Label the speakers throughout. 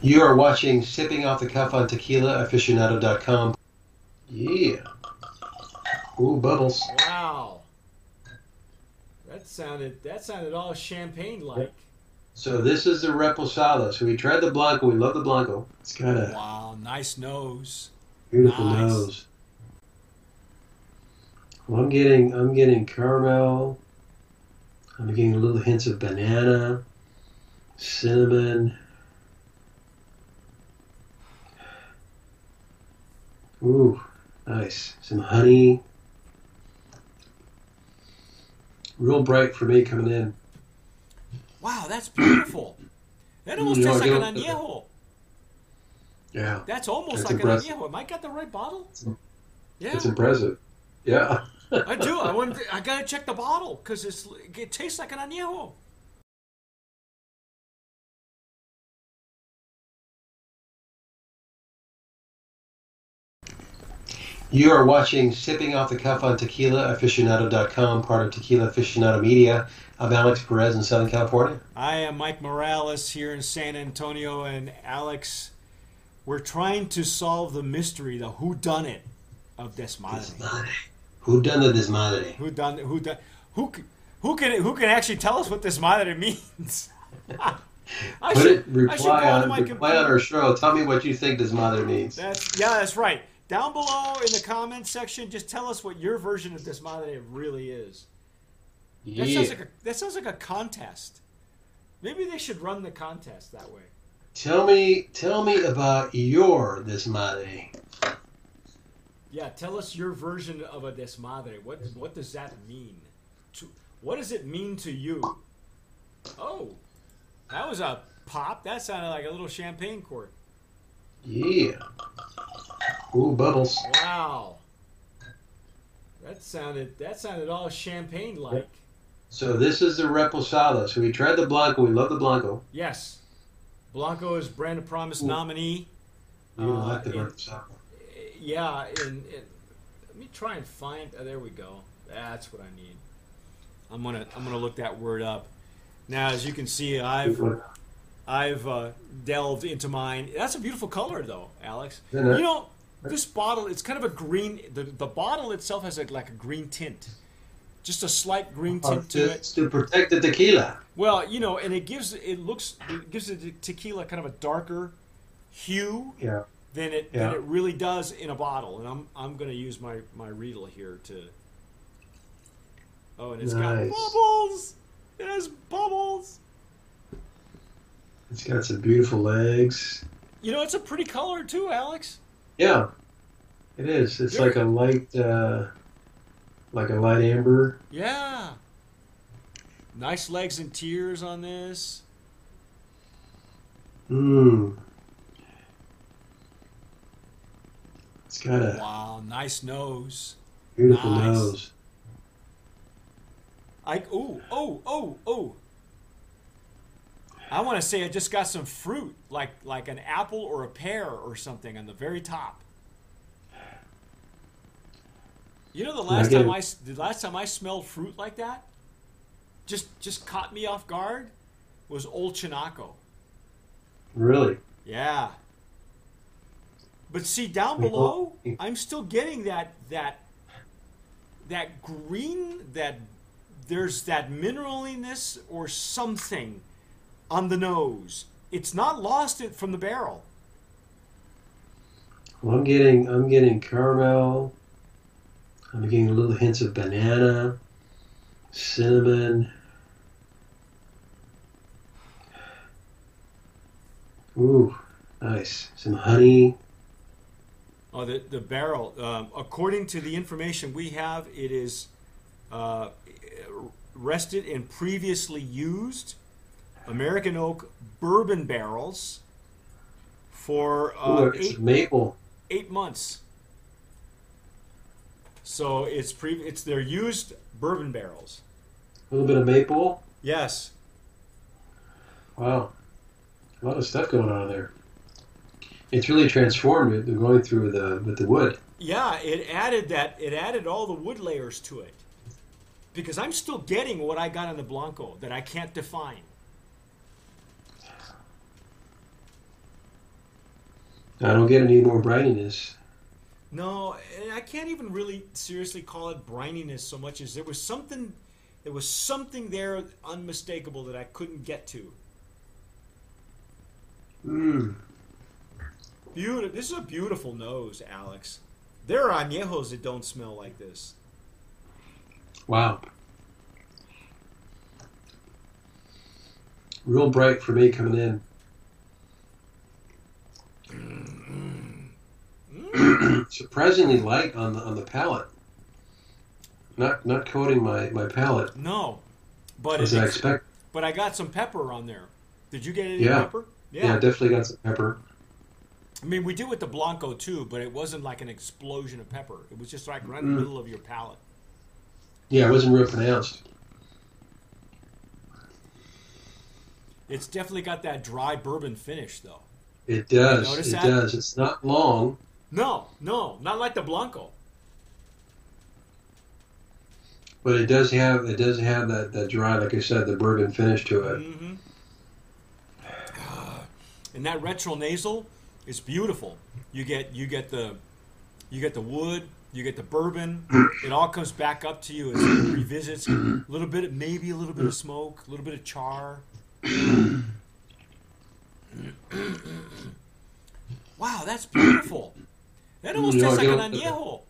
Speaker 1: You are watching Sipping Off the Cuff on TequilaAficionado.com. Yeah. Ooh, bubbles.
Speaker 2: Wow. That sounded that sounded all champagne like.
Speaker 1: So this is the Reposado. So we tried the Blanco. We love the Blanco. It's got a
Speaker 2: Wow, nice nose.
Speaker 1: beautiful
Speaker 2: Nice.
Speaker 1: nose. Well, I'm getting I'm getting caramel. I'm getting little hints of banana, cinnamon. Ooh, nice. Some honey. Real bright for me coming in.
Speaker 2: Wow, that's beautiful. That almost
Speaker 1: Mm,
Speaker 2: tastes like
Speaker 1: yeah,
Speaker 2: an
Speaker 1: yeah.
Speaker 2: añejo.
Speaker 1: Yeah,
Speaker 2: That's almost
Speaker 1: That's
Speaker 2: like
Speaker 1: impressive.
Speaker 2: an añejo. Am I got the right bottle? Yeah,
Speaker 1: it's impressive. Yeah.
Speaker 2: I do. I want. I gotta check the bottle because it's it tastes like an añejo.
Speaker 1: You are watching Sipping Off the Cuff on TequilaAficionado.com, part of Tequila Aficionado Media. I'm Alex Perez in Southern California.
Speaker 2: I am Mike Morales here in San Antonio, and Alex, we're trying to solve the mystery, the who done it of Desmadre.
Speaker 1: Who done the desmadre?
Speaker 2: Who done? Who done? Who? c- Who can? Who can actually tell us what Desmadre means? I
Speaker 1: Put it,
Speaker 2: I should go
Speaker 1: reply
Speaker 2: onto
Speaker 1: on,
Speaker 2: my
Speaker 1: reply on
Speaker 2: computer.
Speaker 1: our show. Tell me what you think desmadre means.
Speaker 2: That's yeah, that's right. Down below in the comments section, just tell us what your version of Desmadre really is. That sounds like a that sounds like a contest. Maybe they should run the contest that way.
Speaker 1: Tell me, tell me about your desmadre.
Speaker 2: Yeah, tell us your version of a desmadre. What what does that mean? To, what does it mean to you? Oh, that was a pop. That sounded like a little champagne cork.
Speaker 1: Yeah. Ooh, bubbles.
Speaker 2: Wow. That sounded that sounded all champagne like.
Speaker 1: So this is the Reposado. So we tried the Blanco. We love the Blanco.
Speaker 2: Yes. Blanco is Brand of Promise
Speaker 1: Ooh.
Speaker 2: nominee.
Speaker 1: You don't
Speaker 2: Uh,
Speaker 1: like the
Speaker 2: yeah.
Speaker 1: Reposado.
Speaker 2: Yeah, and, and let me try and find. Oh, there we go. That's what I need. I'm gonna I'm gonna look that word up. Now, as you can see, I've I've uh, delved into mine. That's a beautiful color, though, Alex. You
Speaker 1: Isn't it?
Speaker 2: know, this bottle it's kind of a green. The, the bottle itself has a, like a green tint, just a slight green
Speaker 1: Oh,
Speaker 2: tint to it.
Speaker 1: Just to protect the tequila.
Speaker 2: Well, you know, and it gives it looks it gives the tequila kind of a darker hue
Speaker 1: Yeah.
Speaker 2: than it
Speaker 1: Yeah.
Speaker 2: than it really does in a bottle. And I'm I'm gonna use my my Riedel here to. Oh, and it's
Speaker 1: Nice.
Speaker 2: got bubbles. It has bubbles.
Speaker 1: It's got some beautiful legs.
Speaker 2: You know, it's a pretty color too, Alex.
Speaker 1: Yeah, it is. It's
Speaker 2: Very
Speaker 1: like a light, uh, like a light amber.
Speaker 2: Yeah. Nice legs and tears on this.
Speaker 1: Mmm. It's got a
Speaker 2: Wow, nice nose.
Speaker 1: beautiful
Speaker 2: Nice.
Speaker 1: nose.
Speaker 2: I oh oh oh oh. I want to say I just got some fruit, like like an apple or a pear or something, on the very top. You know, the last
Speaker 1: get
Speaker 2: time
Speaker 1: it.
Speaker 2: I s- the last time I smelled fruit like that, just just caught me off guard, was Old Chinaco.
Speaker 1: Really?
Speaker 2: Yeah. But see down
Speaker 1: Wait,
Speaker 2: below,
Speaker 1: what?
Speaker 2: I'm still getting that that that green that there's that mineraliness or something on the nose. It's not lost it from the barrel.
Speaker 1: Well, I'm getting, I'm getting caramel. I'm getting little hints of banana, cinnamon. Ooh, nice. Some honey.
Speaker 2: Oh, the the barrel. Um, according to the information we have, it is uh, rested in previously used American oak bourbon barrels for
Speaker 1: Ooh,
Speaker 2: uh,
Speaker 1: it's
Speaker 2: eight
Speaker 1: maple.
Speaker 2: eight months. So it's pre it's they're used bourbon barrels.
Speaker 1: A little bit of maple.
Speaker 2: Yes.
Speaker 1: Wow, a lot of stuff going on there. It's really transformed it. They're going through the with the wood.
Speaker 2: Yeah, it added that it added all the wood layers to it. Because I'm still getting what I got on the Blanco that I can't define.
Speaker 1: I don't get any more brininess.
Speaker 2: No, and I can't even really seriously call it brininess so much as there was something, there was something there unmistakable that I couldn't get to.
Speaker 1: Mm.
Speaker 2: Beautiful. This is a beautiful nose, Alex. There are añejos that don't smell like this.
Speaker 1: Wow. Real bright for me coming in.
Speaker 2: Mm.
Speaker 1: Surprisingly light on the on the palate. Not not coating my, my palate
Speaker 2: No, but
Speaker 1: as
Speaker 2: it-
Speaker 1: I expect.
Speaker 2: but I got some pepper on there. Did you get any
Speaker 1: Yeah.
Speaker 2: pepper?
Speaker 1: Yeah. definitely got some pepper.
Speaker 2: I mean, we did with the Blanco too, but it wasn't like an explosion of pepper. It was just like right
Speaker 1: Mm.
Speaker 2: in the middle of your palate.
Speaker 1: Yeah, it wasn't real pronounced.
Speaker 2: It's definitely got that dry bourbon finish, though.
Speaker 1: It
Speaker 2: You
Speaker 1: does.
Speaker 2: notice
Speaker 1: It
Speaker 2: that?
Speaker 1: does. It's not long.
Speaker 2: No, no, not like the Blanco.
Speaker 1: But it does have it does have that, that dry, like I said, the bourbon finish to it.
Speaker 2: Mm-hmm. And that retronasal is beautiful. You get you get the you get the wood, you get the bourbon. It all comes back up to you as it revisits a little bit, of, maybe a little bit of smoke, a little bit of char. wow, that's beautiful. That almost
Speaker 1: You know,
Speaker 2: tastes
Speaker 1: I
Speaker 2: like an
Speaker 1: don't-
Speaker 2: añejo.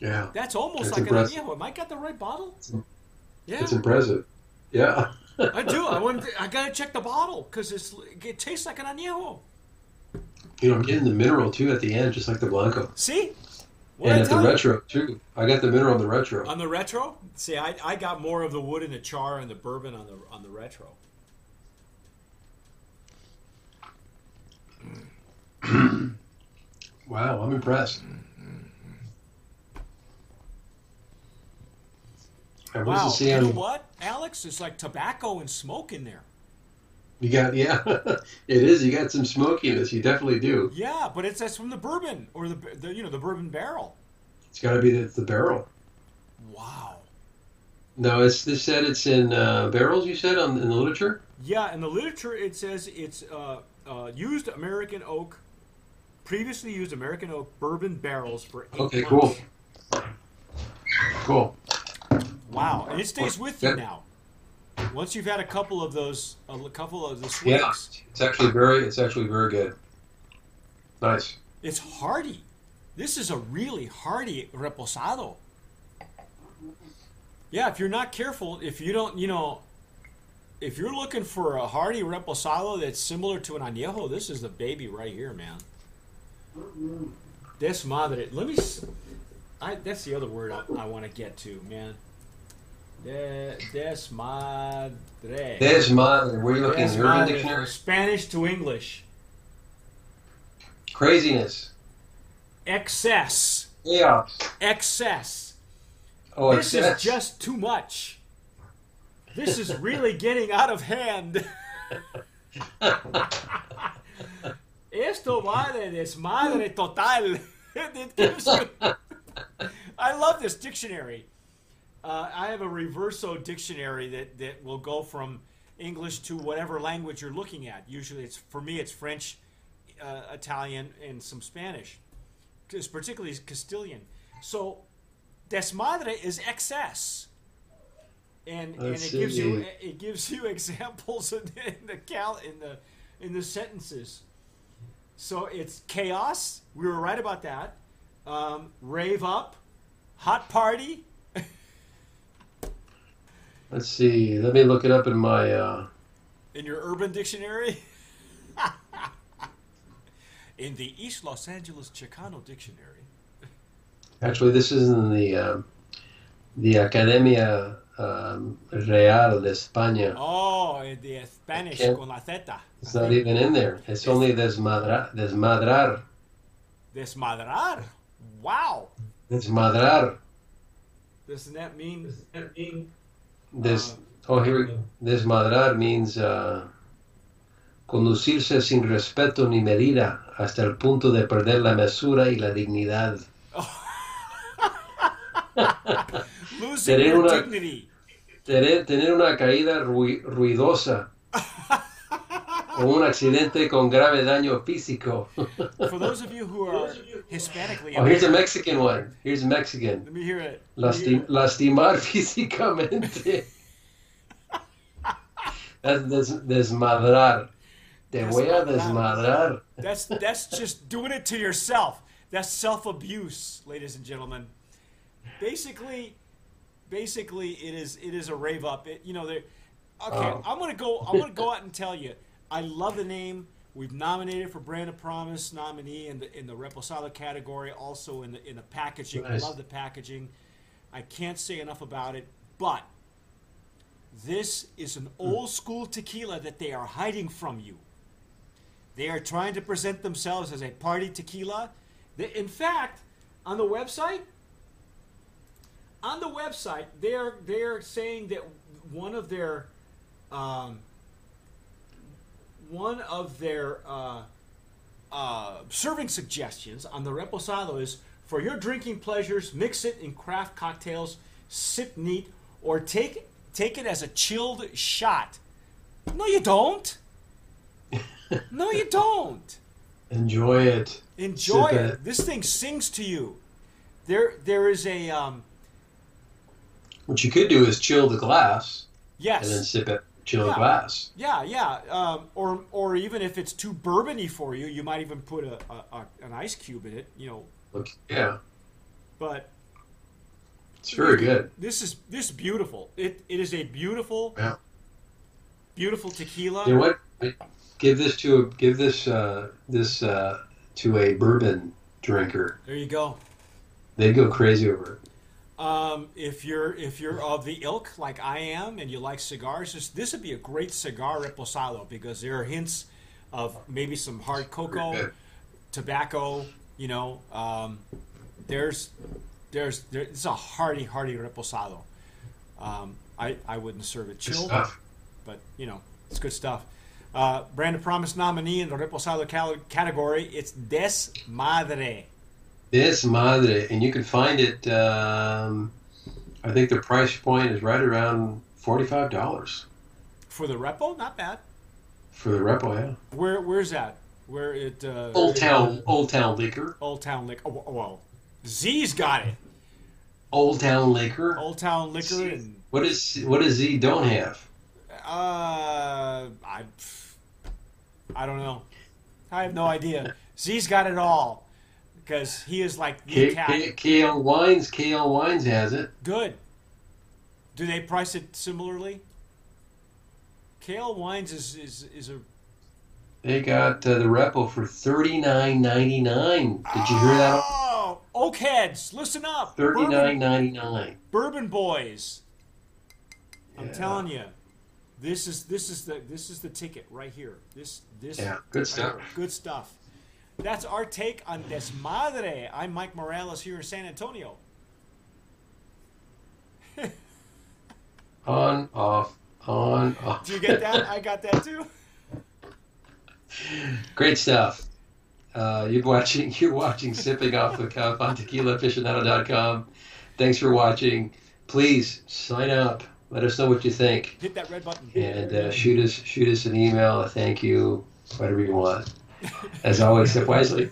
Speaker 1: Yeah,
Speaker 2: That's almost
Speaker 1: That's
Speaker 2: like
Speaker 1: impressive.
Speaker 2: an añejo. Am I got the right bottle?
Speaker 1: im-
Speaker 2: Yeah.
Speaker 1: it's impressive. Yeah,
Speaker 2: I do. I want. I gotta check the bottle because it's it tastes like an añejo.
Speaker 1: you know, I'm getting the mineral too at the end, just like the blanco,
Speaker 2: See, what
Speaker 1: and
Speaker 2: I
Speaker 1: at the
Speaker 2: tell you?
Speaker 1: retro too. I got the mineral on the retro.
Speaker 2: on the retro. See, I, I got more of the wood and the char and the bourbon on the on the retro.
Speaker 1: Wow, I'm impressed. I was
Speaker 2: Wow,
Speaker 1: wow.
Speaker 2: you know
Speaker 1: on
Speaker 2: what, Alex? It's like tobacco and smoke in there.
Speaker 1: you got. Yeah, it is. You got some smokiness. You definitely do.
Speaker 2: Yeah, but it's that's from the bourbon or the, the you know the bourbon barrel.
Speaker 1: It's got to be the, the barrel.
Speaker 2: Wow.
Speaker 1: No, it's they said it's in uh, barrels. You said on in the literature.
Speaker 2: Yeah, in the literature it says it's uh, uh, used American oak, previously used American oak bourbon barrels for eight
Speaker 1: Okay,
Speaker 2: months.
Speaker 1: cool. Cool.
Speaker 2: Wow, and it stays with you
Speaker 1: Yeah.
Speaker 2: now. Once you've had a couple of those, a couple of the
Speaker 1: Yeah,
Speaker 2: swigs,
Speaker 1: it's actually very, it's actually very good. Nice.
Speaker 2: it's hearty. This is a really hearty reposado. Yeah, if you're not careful, if you don't, you know, if you're looking for a hearty reposado that's similar to an añejo, this is the baby right here, man. This madre. Let me. s- I, that's the other word I, I want to get to, man. De, desmadre.
Speaker 1: There's mine. Where are you looking?
Speaker 2: Yes,
Speaker 1: Urban
Speaker 2: madre,
Speaker 1: Dictionary.
Speaker 2: from Spanish to English.
Speaker 1: Craziness.
Speaker 2: Excess.
Speaker 1: Yeah.
Speaker 2: Excess.
Speaker 1: Oh,
Speaker 2: this
Speaker 1: excess.
Speaker 2: is just too much. This is really getting out of hand. Esto vale desmadre total. it gives you. I love this dictionary. Uh, I have a reverso dictionary that, that will go from English to whatever language you're looking at. Usually, it's for me, it's French, uh, Italian, and some Spanish, 'Cause particularly Castilian. So, desmadre is excess, and and it
Speaker 1: Let's
Speaker 2: gives you
Speaker 1: see.
Speaker 2: it gives you examples in the, in the cal in the in the sentences. So it's chaos. We were right about that. Um, rave up, hot party.
Speaker 1: Let's see. Let me look it up in my. Uh,
Speaker 2: In your urban dictionary? In the East Los Angeles Chicano dictionary.
Speaker 1: actually, this is in the um, the Academia um, Real de España.
Speaker 2: Oh, in the Spanish
Speaker 1: Okay.
Speaker 2: con la zeta.
Speaker 1: It's not even in there. It's only desmadra, desmadrar,
Speaker 2: Desmadrar. Wow.
Speaker 1: desmadrar.
Speaker 2: Doesn't that mean? Doesn't that mean?
Speaker 1: Des,
Speaker 2: Uh,
Speaker 1: oh, here, we- desmadrar means uh, conducirse sin respeto ni medida hasta el punto de perder la mesura y la dignidad.
Speaker 2: uh, Losing
Speaker 1: Tener
Speaker 2: your
Speaker 1: una-
Speaker 2: dignity.
Speaker 1: Tener, tener una caída rui- ruidosa o un accidente con grave daño físico.
Speaker 2: For those of you who are Hispanically
Speaker 1: Oh, here's a
Speaker 2: American,
Speaker 1: Mexican one. Here's Mexican.
Speaker 2: let me hear it. Let me hear
Speaker 1: Lasti-
Speaker 2: it.
Speaker 1: lastimar físicamente. That's des- desmadrar. Te voy a desmadrar.
Speaker 2: That's that's just doing it to yourself. That's self abuse, ladies and gentlemen. Basically, basically, it is it is a rave up. It, you know, they okay.
Speaker 1: Oh.
Speaker 2: I'm gonna go. I'm gonna go out and tell you. I love the name. We've nominated for Brand of Promise nominee in the in the Reposado category. Also in the in the packaging.
Speaker 1: Nice.
Speaker 2: I love the packaging. I can't say enough about it. But this is an old school tequila that they are hiding from you. They are trying to present themselves as a party tequila. They, in fact, on the website, on the website, they're they're saying that one of their, um, one of their uh, uh, serving suggestions on the reposado is for your drinking pleasures, mix it in craft cocktails, sip neat, or take take it as a chilled shot. No, you don't. No, you don't.
Speaker 1: Enjoy it.
Speaker 2: Enjoy
Speaker 1: Sip
Speaker 2: it.
Speaker 1: it.
Speaker 2: This thing sings to you. There, there is a um,
Speaker 1: What you could do is chill the glass and then
Speaker 2: yes,
Speaker 1: sip it. Chill
Speaker 2: Yeah.
Speaker 1: glass.
Speaker 2: yeah, yeah, um, or or even if it's too bourbony for you, you might even put a, a, a an ice cube in it, you know.
Speaker 1: Look, yeah,
Speaker 2: But
Speaker 1: it's very good.
Speaker 2: this is this is beautiful. It it is a beautiful,
Speaker 1: Yeah.
Speaker 2: beautiful tequila.
Speaker 1: You know what? Give this to a, give this uh, this uh, to a bourbon drinker.
Speaker 2: There you go.
Speaker 1: They'd go crazy over it.
Speaker 2: Um, if you're if you're of the ilk like I am and you like cigars, this this would be a great cigar reposado because there are hints of maybe some hard cocoa, tobacco. You know, um, there's there's there, it's a hearty hearty reposado. Um, I I wouldn't serve it
Speaker 1: Good
Speaker 2: chilled,
Speaker 1: stuff.
Speaker 2: but you know it's good stuff. Uh, Brand of Promise nominee in the reposado cal- category. It's Des Madre.
Speaker 1: This madre, and you can find it. Um, I think the price point is right around forty-five dollars
Speaker 2: For the repo, not bad.
Speaker 1: for the repo. Yeah.
Speaker 2: Where where's that? Where it uh,
Speaker 1: Old Town, Old Town Liquor,
Speaker 2: Old Town Liquor. Oh, well, Z's got it.
Speaker 1: Old Town Liquor.
Speaker 2: Old Town Liquor and
Speaker 1: What is what does he don't have?
Speaker 2: uh, I, I don't know. I have no idea. Z's got it all because he is like the
Speaker 1: K-
Speaker 2: cat.
Speaker 1: K- KL Wines, KL Wines has it.
Speaker 2: Good. Do they price it similarly? Kale Wines is is is a.
Speaker 1: They got uh, the repo for thirty-nine ninety-nine. Did you hear that?
Speaker 2: Oh, Oakheads, listen up. Bourbon
Speaker 1: Thirty-nine ninety-nine.
Speaker 2: Bourbon Boys. I'm
Speaker 1: Yeah.
Speaker 2: telling you, this is this is the this is the ticket right here. This this
Speaker 1: Yeah, good
Speaker 2: right
Speaker 1: stuff.
Speaker 2: here. Good stuff. That's our take on Desmadre. I'm Mike Morales here in San Antonio.
Speaker 1: On, off, on, off.
Speaker 2: Do you get that? I got that too.
Speaker 1: Great stuff. Uh, you're watching. You're watching sipping off the cuff on tequilaficionado.com. Thanks for watching. Please sign up. Let us know what you think,
Speaker 2: Hit that red button.
Speaker 1: and uh, shoot us shoot us an email, a thank you, whatever you want. As always, sip wisely.